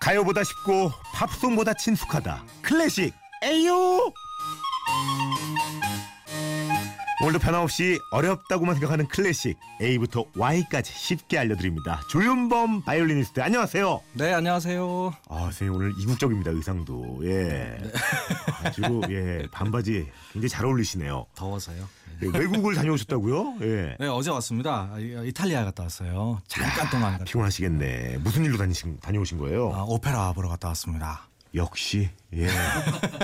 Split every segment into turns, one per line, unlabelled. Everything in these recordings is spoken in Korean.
가요보다 쉽고 팝송보다 친숙하다 클래식 에이요 오늘도 변함없이 어렵다고만 생각하는 클래식 A부터 Y까지 쉽게 알려드립니다 조윤범 바이올리니스트 안녕하세요
네, 안녕하세요.
아 선생님 오늘 이국적입니다 의상도 예 아주 예 반바지 굉장히 잘 어울리시네요
더워서요.
예, 외국을 다녀오셨다고요 예
네, 어제 왔습니다. 아, 이- 이탈리아 갔다 왔어요. 잠깐
아,
동안 갔다
피곤하시겠네 무슨 일로 다니신 다녀오신 거예요
아, 오페라 보러 갔다 왔습니다.
역시 예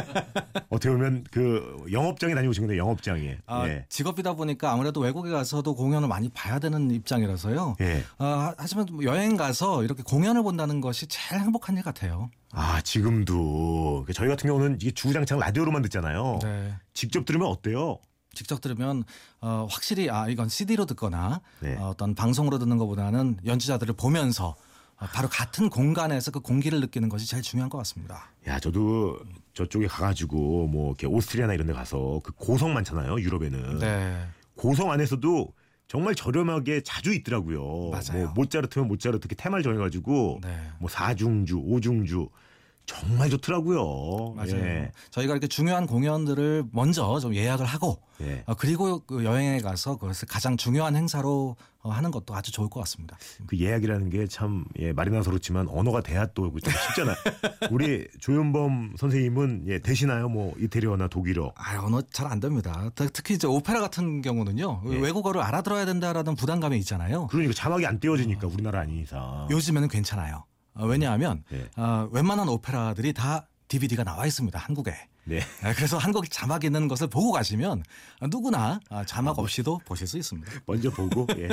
어떻게 보면 그 영업장에 다니고 오신 건데 영업장에
아,
예.
직업이다 보니까 아무래도 외국에 가서도 공연을 많이 봐야 되는 입장이라서요.
예.
아, 하지만 뭐 여행 가서 이렇게 공연을 본다는 것이 제일 행복한 일 같아요.
아 지금도 그 저희 같은 경우는 이게 주구장창 라디오로만 듣잖아요
네.
직접 들으면 어때요
직접 들으면 어, 확실히 아 이건 CD로 듣거나
네.
어, 떤 방송으로 듣는 것보다는 연주자들을 보면서 어, 바로 같은 공간에서 그 공기를 느끼는 것이 제일 중요한 것 같습니다.
야 저도 저쪽에 가가지고 뭐 이렇게 오스트리아나 이런 데 가서 그 고성 많잖아요 유럽에는
네.
고성 안에서도 정말 저렴하게 자주 있더라고요
맞아요.
뭐 모차르트면 모차르트 이렇게 테마를 정해가지고
네.
뭐 사중주 오중주 정말 좋더라고요
맞아요.
예.
저희가 이렇게 중요한 공연들을 먼저 좀 예약을 하고
예.
어, 그리고 그 여행에 가서 그것을 가장 중요한 행사로 어, 하는 것도 아주 좋을 것 같습니다.
그 예약이라는 게 참 예, 말이나 서렇지만 언어가 돼야 또좀 쉽잖아요. 우리 조윤범 선생님은 예, 되시나요? 뭐 이태리어나 독일어.
아, 언어 잘 안 됩니다. 특- 특히 이제 오페라 같은 경우는요.
예.
외국어를 알아들어야 된다라는 부담감이 있잖아요.
그러니까 자막이 안 띄워지니까 우리나라 아닌 이상.
요즘에는 괜찮아요. 어, 왜냐하면
네.
어, 웬만한 오페라들이 다 DVD가 나와 있습니다. 한국에.
네.
아, 그래서 한국 자막 있는 것을 보고 가시면 누구나 아, 자막 없이도 보실 수 있습니다.
먼저 보고 예.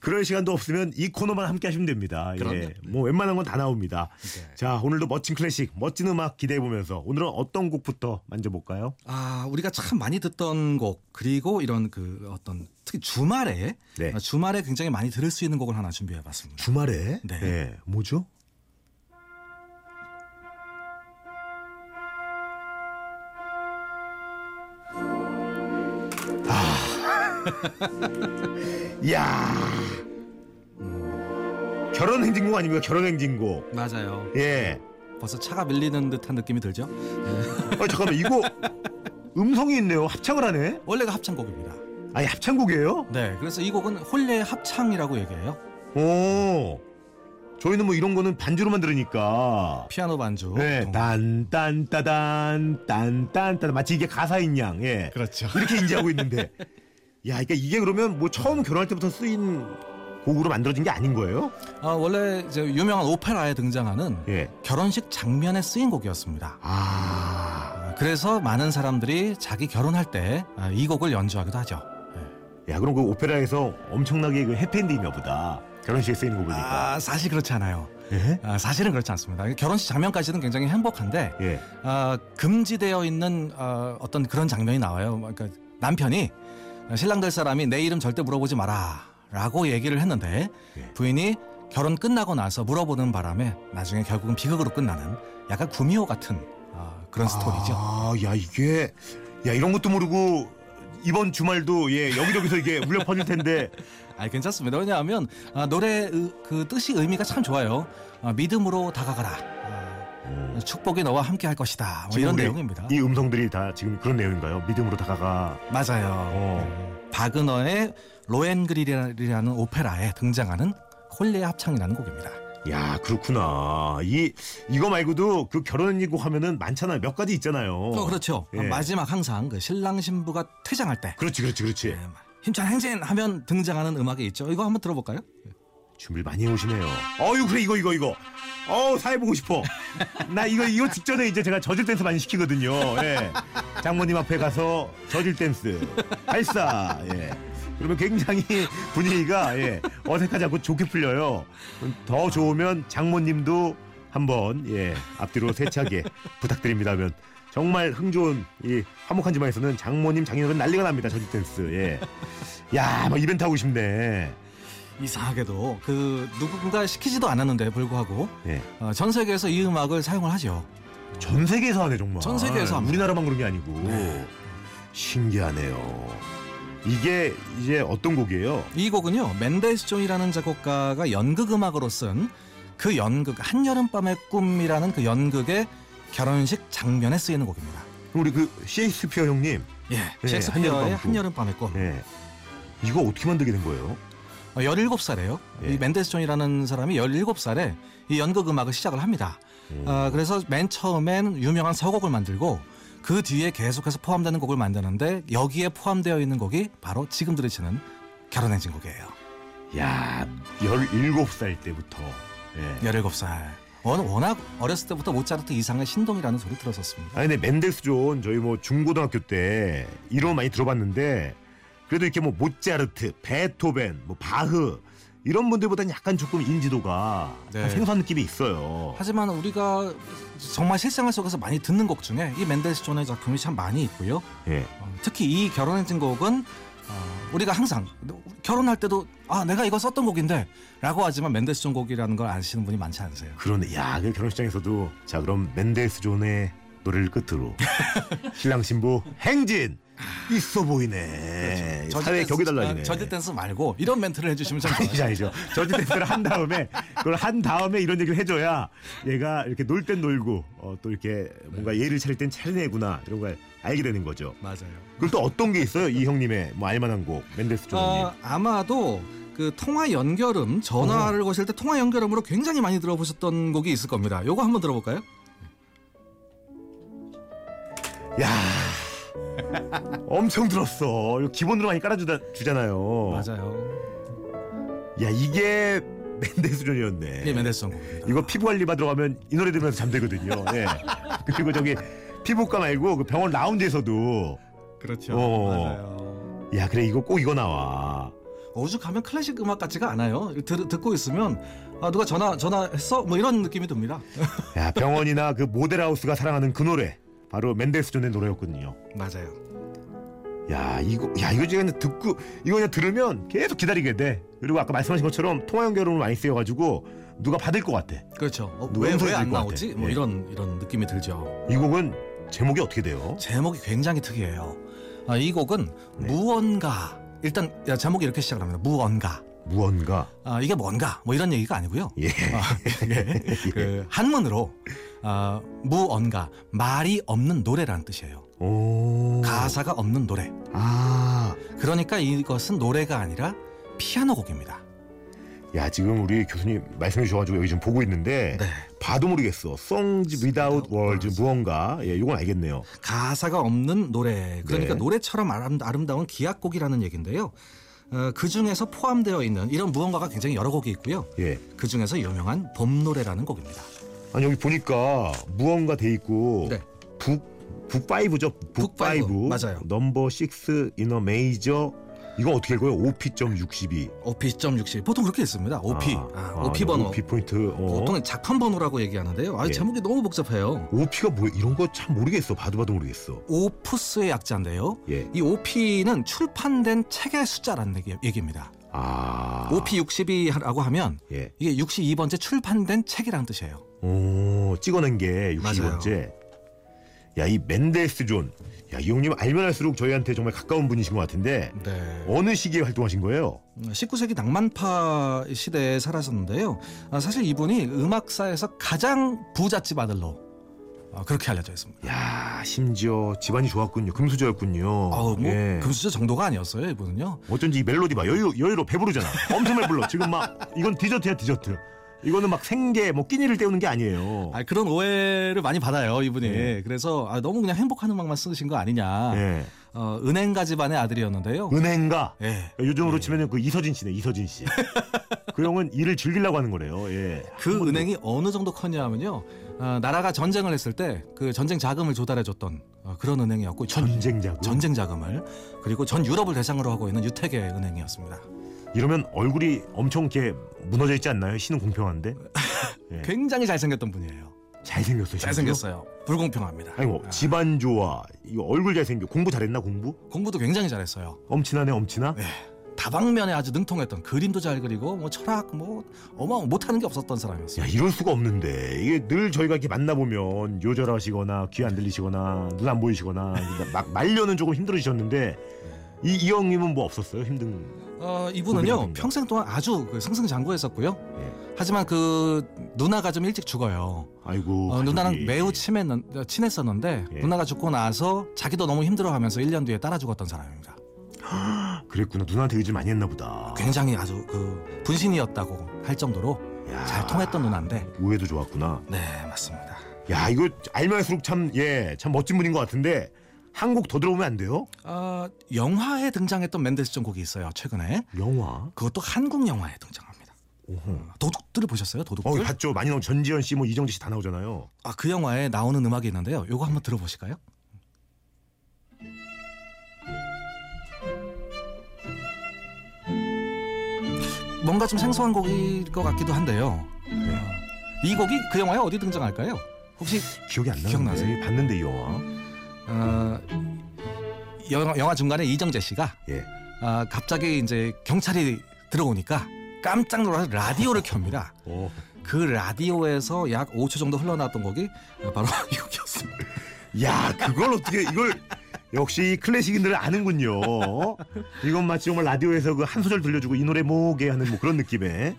그럴 시간도 없으면 이 코너만 함께 하시면 됩니다.
그럼요. 네.
예. 뭐 웬만한 건 다 나옵니다. 자 오늘도 멋진 클래식, 멋진 음악 기대해 보면서 오늘은 어떤 곡부터 만져볼까요?
아, 우리가 참 많이 듣던 곡 그리고 이런 그 어떤 특히 주말에
네.
아, 주말에 굉장히 많이 들을 수 있는 곡을 하나 준비해봤습니다.
주말에
네.
예, 뭐죠? 아, 야 음. 결혼 행진곡 아닙니까? 결혼 행진곡.
맞아요.
예.
벌써 차가 밀리는 듯한 느낌이 들죠?
아 잠깐만 이거 음성이 있네요. 합창을 하네.
원래가 합창곡입니다.
아니 합창곡이에요?
네, 그래서 이 곡은 홀레의 합창이라고 얘기해요.
오. 저희는 뭐 이런 거는 반주로만 들으니까.
피아노 반주.
네,
동작.
딴딴따단 딴딴따단 마치 이게 가사인 양. 예.
그렇죠.
이렇게 인지하고 있는데. 야, 그러니까 이게 그러면 뭐 처음 결혼할 때부터 쓰인 곡으로 만들어진 게 아닌 거예요?
아, 원래 이제 유명한 오페라에 등장하는
예.
결혼식 장면에 쓰인 곡이었습니다.
아.
아, 그래서 많은 사람들이 자기 결혼할 때 아, 이 곡을 연주하기도 하죠.
야, 그럼 그 오페라에서 엄청나게 그 해피엔딩인가 보다. 결혼식에 쓰이는 거 보니까.
아, 사실 그렇지 않아요.
예?
아, 사실은 그렇지 않습니다. 결혼식 장면까지는 굉장히 행복한데
예.
아, 금지되어 있는 아, 어떤 그런 장면이 나와요. 그러니까 남편이 신랑 될 사람이 내 이름 절대 물어보지 마라라고 얘기를 했는데
예.
부인이 결혼 끝나고 나서 물어보는 바람에 나중에 결국은 비극으로 끝나는 약간 구미호 같은 아, 그런 스토리죠.
아, 야, 이게 야, 이런 것도 모르고 이번 주말도 예, 여기저기서 이게 울려 퍼질 텐데.
아 괜찮습니다. 왜냐하면 아, 노래 그 뜻이 의미가 참 좋아요. 아, 믿음으로 다가가라. 아,
음,
축복이 너와 함께 할 것이다. 뭐
지금
이런
우리
내용입니다.
이 음성들이 다 지금 그런 내용인가요? 믿음으로 다가가.
맞아요.
어.
네. 바그너의 로엔그릴이라는 오페라에 등장하는 홀레의 합창이라는 곡입니다.
야 그렇구나 이 이거 말고도 그 결혼이고 하면은 많잖아요 몇 가지 있잖아요
어, 그렇죠.
예.
마지막 항상 그 신랑 신부가 퇴장할 때
그렇지 그렇지 그렇지
예, 힘찬 행진 하면 등장하는 음악이 있죠. 이거 한번 들어볼까요?
준비를 많이 해오시네요 어유 그래 이거 이거 이거 어우 사회 보고 싶어 나 이거 이거 직전에 이제 제가 저질 댄스 많이 시키거든요 예 장모님 앞에 가서 저질 댄스 발사 예 그러면 굉장히 분위기가 예 어색하지 않고 좋게 풀려요 더 좋으면 장모님도 한번 예 앞뒤로 세차게 부탁드립니다 하면 정말 흥 좋은 이 화목한 집안에서는 장모님 장인어른 난리가 납니다 저질 댄스 예야막 뭐 이벤트 하고 싶네
이상하게도 그 누군가 시키지도 않았는데 불구하고
예.
어, 전 세계에서 이 음악을 사용을 하죠.
전 세계에서 하네 정말.
전 세계에서 합니다.
우리나라만 그런 게 아니고
네.
신기하네요. 이게 이제 어떤 곡이에요?
이 곡은요 멘델스존이라는 작곡가가 연극 음악으로 쓴 그 연극 한여름밤의 꿈이라는 그 연극의 결혼식 장면에 쓰이는 곡입니다.
그럼 우리 그 셰익스피어 형님,
예,
예,
셰익스피어의
한여름밤의 꿈.
한여름밤의 꿈.
예. 이거 어떻게 만들게 된 거예요?
어, 17살에요.
예.
이 맨데스존이라는 사람이 17살에 이 연극 음악을 시작을 합니다.
음.
아, 그래서 맨 처음엔 유명한 서곡을 만들고 그 뒤에 계속해서 포함되는 곡을 만드는데 여기에 포함되어 있는 곡이 바로 지금 들으시는 결혼의 진곡이에요.
야, 17살 때부터. 예.
17살. 원- 워낙 어렸을 때부터 모차르트 이상의 신동이라는 소리 들었었습니다.
아니, 근데 맨델스존 저희 뭐 중고등학교 때 이름 많이 들어봤는데 그래도 이렇게 뭐 모차르트, 베토벤, 뭐 바흐 이런 분들보다는 약간 조금 인지도가
네.
약간 생소한 느낌이 있어요.
하지만 우리가 정말 실생활 속에서 많이 듣는 곡 중에 이 맨델스존의 작품이 참 많이 있고요.
예.
어, 특히 이 결혼의 진곡은 어, 우리가 항상 결혼할 때도 아 내가 이거 썼던 곡인데라고 하지만 맨델스존 곡이라는 걸 아시는 분이 많지 않으세요.
그러네. 야, 그 결혼식장에서도 자 그럼 맨델스존의 노래를 끝으로 신랑 신부 행진 있어 보이네. 사회 격이 달라지네.
저질 그렇죠. 댄스 말고 이런 멘트를 해주시면 참
아니죠,
좋아요.
아니죠. 저질 댄스를 한 다음에 그걸 한 다음에 이런 얘기를 해줘야 얘가 이렇게 놀 땐 놀고 어, 또 이렇게 뭔가 예를 차릴 땐 차리네구나 이런 걸 알게 되는 거죠.
맞아요.
그럼 또 어떤 게 있어요? 이 형님의 뭐 알만한 곡 맨델스존 형님.
아, 아마도 그 통화 연결음 전화를
어.
거실 때 통화 연결음으로 굉장히 많이 들어보셨던 곡이 있을 겁니다. 요거 한번 들어볼까요?
야. 엄청 들었어. 이거 기본으로 많이 깔아주다 주잖아요.
맞아요.
야 이게 맨델스존이었네.
이게 맨델스존 곡입니다.
이거 피부 관리 받으러 가면 이 노래 들으면서 잠들거든요. 예. 그리고 저기 피부과 말고 그 병원 라운지에서도
그렇죠.
어.
맞아요.
야 그래 이거 꼭 이거 나와.
오죽하면 클래식 음악 같지가 않아요. 들, 듣고 있으면 아, 누가 전화 전화했어? 뭐 이런 느낌이 듭니다.
야 병원이나 그 모델하우스가 사랑하는 그 노래 바로 맨델스존의 노래였거든요.
맞아요.
야 이거 야 이거 지금 그냥 듣고 이거 그냥 들으면 계속 기다리게 돼. 그리고 아까 말씀하신 것처럼 통화 연결음을 많이 쓰여가지고 누가 받을 것 같아.
그렇죠. 어,
누가
왜왜
연주해
안
줄것
나오지?
같아.
뭐
예.
이런 이런 느낌이 들죠.
이 곡은 제목이 어떻게 돼요?
제목이 굉장히 특이해요. 아, 이 곡은
네.
무언가 일단 야, 제목이 이렇게 시작을 합니다. 무언가.
무언가.
아, 이게 뭔가 뭐 이런 얘기가 아니고요.
예.
아, 예. 그 한문으로 아, 무언가 말이 없는 노래라는 뜻이에요.
오.
가사가 없는 노래.
아.
그러니까 이것은 노래가 아니라 피아노 곡입니다.
야 지금 우리 교수님 말씀해 주셔가지고 여기 지금 보고 있는데
네.
봐도 모르겠어. Songs Without Words 무언가 예 이건 알겠네요.
가사가 없는 노래. 그러니까
네.
노래처럼 아름, 아름다운 기악곡이라는 얘기인데요. 어, 그 중에서 포함되어 있는 이런 무언가가 굉장히 여러 곡이 있고요.
예.
그 중에서 유명한 봄 노래라는 곡입니다.
아니 여기 보니까 무언가 돼 있고
네.
북 북파이브죠.
북파이브,
북파이브
맞아요.
넘버 6 in a major 이거 어떻게 읽어요? OP.62.
OP.60 보통 그렇게 있습니다. OP 아, OP 번호.
OP 네, 포인트. 어.
보통 작품 번호라고 얘기하는데요. 아,
예.
제목이 너무 복잡해요.
OP가 뭐야? 이런 거 참 모르겠어. 봐도 봐도 모르겠어.
오프스의 약자인데요.
예.
이 OP는 출판된 책의 숫자라는 얘기- 얘기입니다.
아.
OP 62라고 하면
예.
이게 62번째 출판된 책이라는 뜻이에요.
오, 찍어낸 게
맞아요.
60번째. 야, 이 맨델스 존. 야, 이 형님 알면 알수록 저희한테 정말 가까운 분이신 것 같은데
네.
어느 시기에 활동하신 거예요?
19세기 낭만파 시대에 살았었는데요. 아, 사실 이분이 음악사에서 가장 부잣집 아들로 아, 그렇게 알려져 있습니다.
야, 심지어 집안이 좋았군요. 금수저였군요.
아우, 뭐
예.
금수저 정도가 아니었어요, 이분은요.
어쩐지 이 멜로디 봐. 여유, 여유로 배부르잖아. 엄청 배불러. 지금 막 이건 디저트야, 디저트. 이거는 막 생계, 뭐 끼니를 때우는 게 아니에요.
아, 그런 오해를 많이 받아요, 이분이. 그래서 아, 너무 그냥 행복한 음악만 쓰신 거 아니냐.
예. 음.
어, 은행가 집안의 아들이었는데요.
은행가.
예.
요즘으로 치면은 그 이서진 씨네, 이서진 씨. 그 형은 일을 즐기려고 하는 거래요. 예.
그 은행이 어느 정도 컸냐면요. 아, 나라가 전쟁을 했을 때 그 전쟁 자금을 조달해 줬던 어, 그런 은행이었고 전,
전쟁자고.
전쟁 자금을 그리고 전 유럽을 대상으로 하고 있는 유태계 은행이었습니다.
이러면 얼굴이 엄청 이렇게 무너져 있지 않나요? 신은 공평한데 네.
굉장히 잘생겼던 분이에요.
잘생겼어요.
잘생겼어요. 네. 불공평합니다.
아니 뭐 집안 좋아, 이 얼굴 잘생겨, 공부 잘했나 공부?
공부도 굉장히 잘했어요.
엄친하네 엄친아.
다방면에 아주 능통했던 그림도 잘 그리고 뭐 철학 뭐 어마 못하는 게 없었던 사람이었어요.
야 이럴 수가 없는데 이게 늘 저희가 이렇게 만나 보면 그러니까 요절하시거나 귀 안 들리시거나 눈 안 보이시거나 막 말려는 조금 힘들어지셨는데 이 이영님은 뭐 없었어요? 힘든.
어,
고민입니다.
이분은요 평생 동안 아주 그 승승장구했었고요.
예.
하지만 그 누나가 좀 일찍 죽어요.
아이고.
어, 누나랑
가족이.
매우 친했, 친했었는데
예.
누나가 죽고 나서 자기도 너무 힘들어하면서 1년 뒤에 따라 죽었던 사람입니다.
그랬구나. 누나한테 의지 많이 했나 보다.
굉장히 아주 그 분신이었다고 할 정도로
야,
잘 통했던 누나인데
우애도 좋았구나.
네 맞습니다.
야 이거 알면할수록 참 예, 참 멋진 분인 것 같은데 한 곡 더 들어오면 안 돼요?
어, 영화에 등장했던 멘데스 전곡이 있어요 최근에
영화.
그것도 한국 영화에 등장합니다.
어허.
도둑들 보셨어요 도둑들?
어, 이거 봤죠. 많이 나온 전지현 씨, 뭐 이정재 씨 다 나오잖아요.
아 그 영화에 나오는 음악이 있는데요. 요거 한번 들어보실까요? 뭔가 좀 생소한 곡일 것 같기도 한데요.
네.
이 곡이 그 영화에 어디 등장할까요? 혹시
기억이 안 나는데
기억나세요?
봤는데 이 영화.
어, 영화, 영화 중간에 이정재 씨가
예.
아, 갑자기 이제 경찰이 들어오니까 깜짝 놀라서 라디오를 켭니다.
어.
그 라디오에서 약 5초 정도 흘러나왔던 곡이 바로 이 곡이었습니다.
야 그걸 어떻게 이걸 역시 이 클래식인들은 아는군요. 이건 마치 정말 라디오에서 그 한 소절 들려주고 이 노래 뭐게 하는 뭐 그런 느낌의.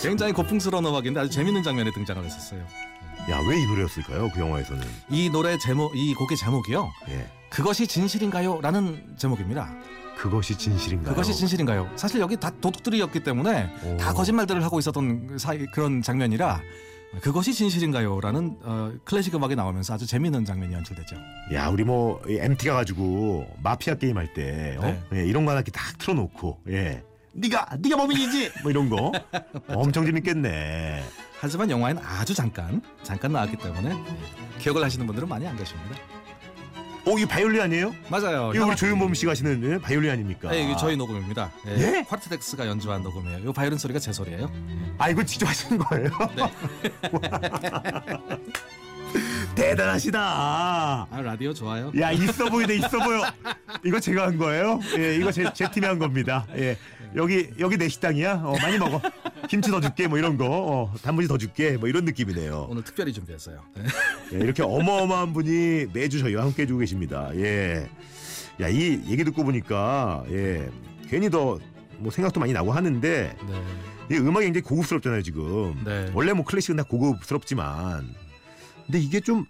굉장히 고풍스러운 음악인데 아주 재밌는 장면에 등장을 했었어요.
야 왜 이 노래였을까요? 그 영화에서는.
이 노래 제목, 이 곡의 제목이요.
예.
그것이 진실인가요?라는 제목입니다.
그것이 진실인가요?
그것이 진실인가요? 사실 여기 다 도둑들이었기 때문에
오.
다 거짓말들을 하고 있었던 사이, 그런 장면이라 그것이 진실인가요?라는 어, 클래식 음악이 나오면서 아주 재밌는 장면이 연출되죠.
야 우리 뭐 이 MT 가가지고 마피아 게임 할 때 어?
네.
예, 이런 거 하나 이렇게 딱 틀어놓고 예. 네가 네가 범인이지 뭐 이런 거 엄청 재밌겠네.
하지만 영화에는 아주 잠깐 잠깐 나왔기 때문에 기억을 하시는 분들은 많이 안 계십니다.
어, 오이 바이올린 아니에요? 이거
맞아요.
우리
어, 형아-
조윤범 씨가 하시는 예? 바이올린 아닙니까?
네, 이게 저희 녹음입니다. 예.
예?
쿼르트덱스가 연주한 녹음이에요. 이 바이올린 소리가 제 소리예요.
아 이거 직접 하시는 거예요?
네.
대단하시다.
아 라디오 좋아요.
야 있어 보이네 있어 보여. 이거 제가 한 거예요? 예, 이거 제, 제 팀이 한 겁니다. 예, 여기 여기 내 식당이야. 어, 많이 먹어. 김치 더 줄게 뭐 이런 거. 어, 단무지 더 줄게 뭐 이런 느낌이네요.
오늘 특별히 준비했어요. 네.
예, 이렇게 어마어마한 분이 매주 저희와 함께 해주고 계십니다. 예. 야, 이 얘기 듣고 보니까, 예. 괜히 더 뭐 생각도 많이 나고 하는데, 이 음악이 굉장히 고급스럽잖아요, 지금.
네.
원래 뭐 클래식은 다 고급스럽지만. 근데 이게 좀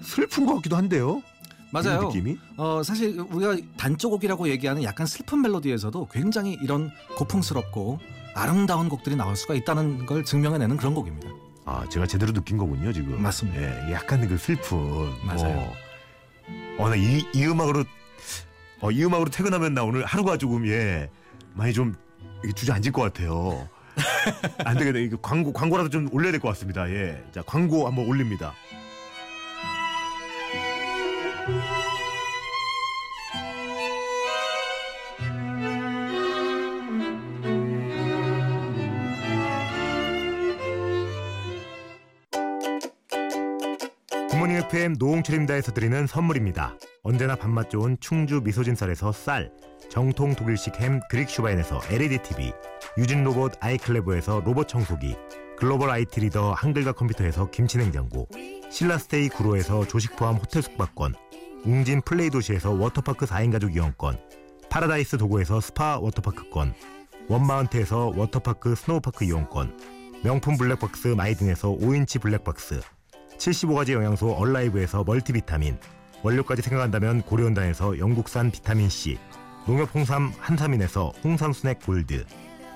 슬픈 것 같기도 한데요? 이
맞아요.
느낌이?
어, 사실 우리가 단조곡이라고 얘기하는 약간 슬픈 멜로디에서도 굉장히 이런 고풍스럽고 아름다운 곡들이 나올 수가 있다는 걸 증명해내는 그런 곡입니다.
아, 제가 제대로 느낀 거군요, 지금.
맞습니다.
예, 약간 그 슬픈.
맞아요.
어, 어, 나 이, 이 음악으로, 어, 이 음악으로 퇴근하면 나 오늘 하루가 조금, 예, 많이 좀 이게 주저앉을 것 같아요. 안 되겠다. 이거 광고, 광고라도 좀 올려야 될 것 같습니다. 예. 자, 광고 한번 올립니다. 부모님 FM 노홍철입니다에서 드리는 선물입니다. 언제나 밥맛 좋은 충주 미소진쌀에서 쌀, 정통 독일식 햄 그릭 슈바인에서 LED TV, 유진 로봇 아이클레보에서 로봇 청소기, 글로벌 IT 리더 한글과 컴퓨터에서 김치냉장고, 신라스테이 구로에서 조식 포함 호텔 숙박권, 웅진 플레이 도시에서 워터파크 4인 가족 이용권, 파라다이스 도구에서 스파 워터파크권, 원마운트에서 워터파크 스노우파크 이용권, 명품 블랙박스 마이딘에서 5인치 블랙박스, 75가지 영양소 얼라이브에서 멀티비타민 원료까지 생각한다면 고려온단에서 영국산 비타민C 농협 홍삼 한삼인에서 홍삼 스낵 골드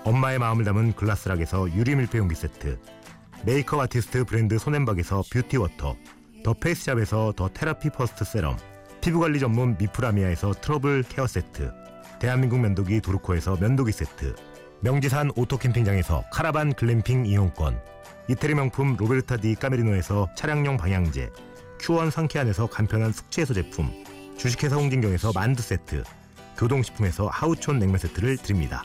엄마의 마음을 담은 글라스락에서 유리 밀폐용기 세트 메이크업 아티스트 브랜드 손앤박에서 뷰티워터 더 페이스샵에서 더 테라피 퍼스트 세럼 피부관리 전문 미프라미아에서 트러블 케어 세트 대한민국 면도기 도르코에서 면도기 세트 명지산 오토캠핑장에서 카라반 글램핑 이용권 이태리 명품 로베르타 디 까메리노에서 차량용 방향제 큐원 상쾌한에서 간편한 숙취해소 제품 주식회사 홍진경에서 만두 세트 교동식품에서 하우촌 냉면 세트를 드립니다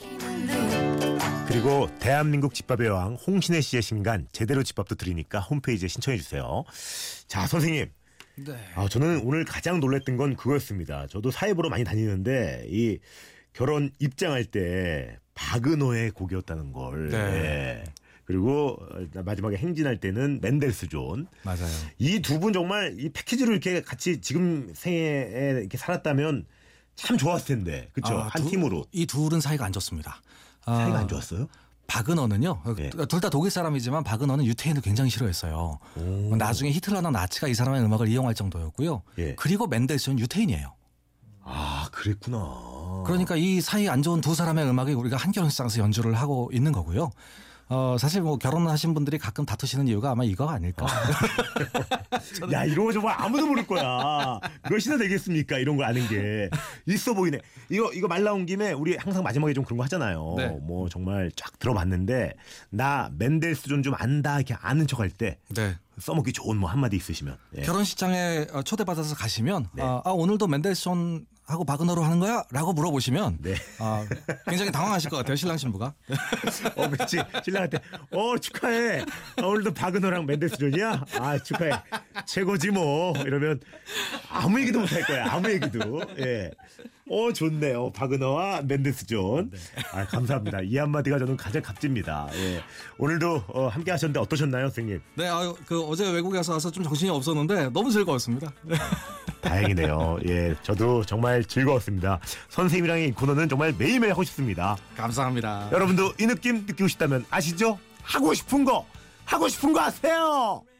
그리고 대한민국 집밥의 왕 홍신혜 씨의 신간 제대로 집밥도 드리니까 홈페이지에 신청해 주세요 자 선생님
네.
아, 저는 오늘 가장 놀랬던 건 그거였습니다. 저도 사회보러 많이 다니는데 이 결혼 입장할 때 박은호의 곡이었다는 걸
네.
예, 그리고 어, 마지막에 행진할 때는 맨델스 존.
맞아요.
이 두 분 정말 이 패키지로 이렇게 같이 지금 생애에 이렇게 살았다면 참 좋았을 텐데. 그쵸?
아,
한
두-
팀으로.
이 둘은 사이가 안 좋습니다. 아,
사이가 안 좋았어요?
박은어는요. 그
네.
둘 다 독일 사람이지만 박은어는 유태인을 굉장히 싫어했어요.
오.
나중에 히틀러나 나치가 이 사람의 음악을 이용할 정도였고요.
예.
그리고 맨델스는 유태인이에요.
아, 그랬구나.
그러니까 이 사이 안 좋은 두 사람의 음악이 우리가 한 결혼식장에서 연주를 하고 있는 거고요. 어, 사실 뭐 결혼하신 분들이 가끔 다투시는 이유가 아마 이거 아닐까.
야, 이런 거 정말 아무도 모를 거야. 몇이나 되겠습니까? 이런 거 아는 게. 있어 보이네. 이거, 이거 말 나온 김에 우리 항상 마지막에 좀 그런 거 하잖아요.
네.
뭐 정말 쫙 들어봤는데, 나 맨델스 존 좀 안다, 이렇게 아는 척 할 때,
네.
써먹기 좋은 뭐 한마디 있으시면. 예.
결혼식장에 어, 초대받아서 가시면
네.
아, 아, 오늘도 맨델슨 하고 박은호로 하는 거야라고 물어보시면
네.
아, 굉장히 당황하실 것 같아요 신랑 신부가.
어, 그치. 신랑한테, 어, 축하해. 아, 오늘도 박은호랑 맨델스 존이야? 아, 축하해. 최고지 뭐. 이러면 아무 얘기도 못 할 거야. 아무 얘기도. 예. 어, 좋네요. 박은호와 맨델스 존. 아, 감사합니다. 이 한마디가 저는 가장 값집니다. 예. 오늘도 어, 함께 하셨는데 어떠셨나요, 선생님?
네, 아유, 그 어제 외국에 서 와서 좀 정신이 없었는데 너무 즐거웠습니다. 네.
다행이네요. 예. 저도 정말 즐거웠습니다. 선생님이랑의 이 코너는 정말 매일매일 하고 싶습니다.
감사합니다.
여러분도 이 느낌 느끼고 싶다면 아시죠? 하고 싶은 거! 하고 싶은 거 하세요!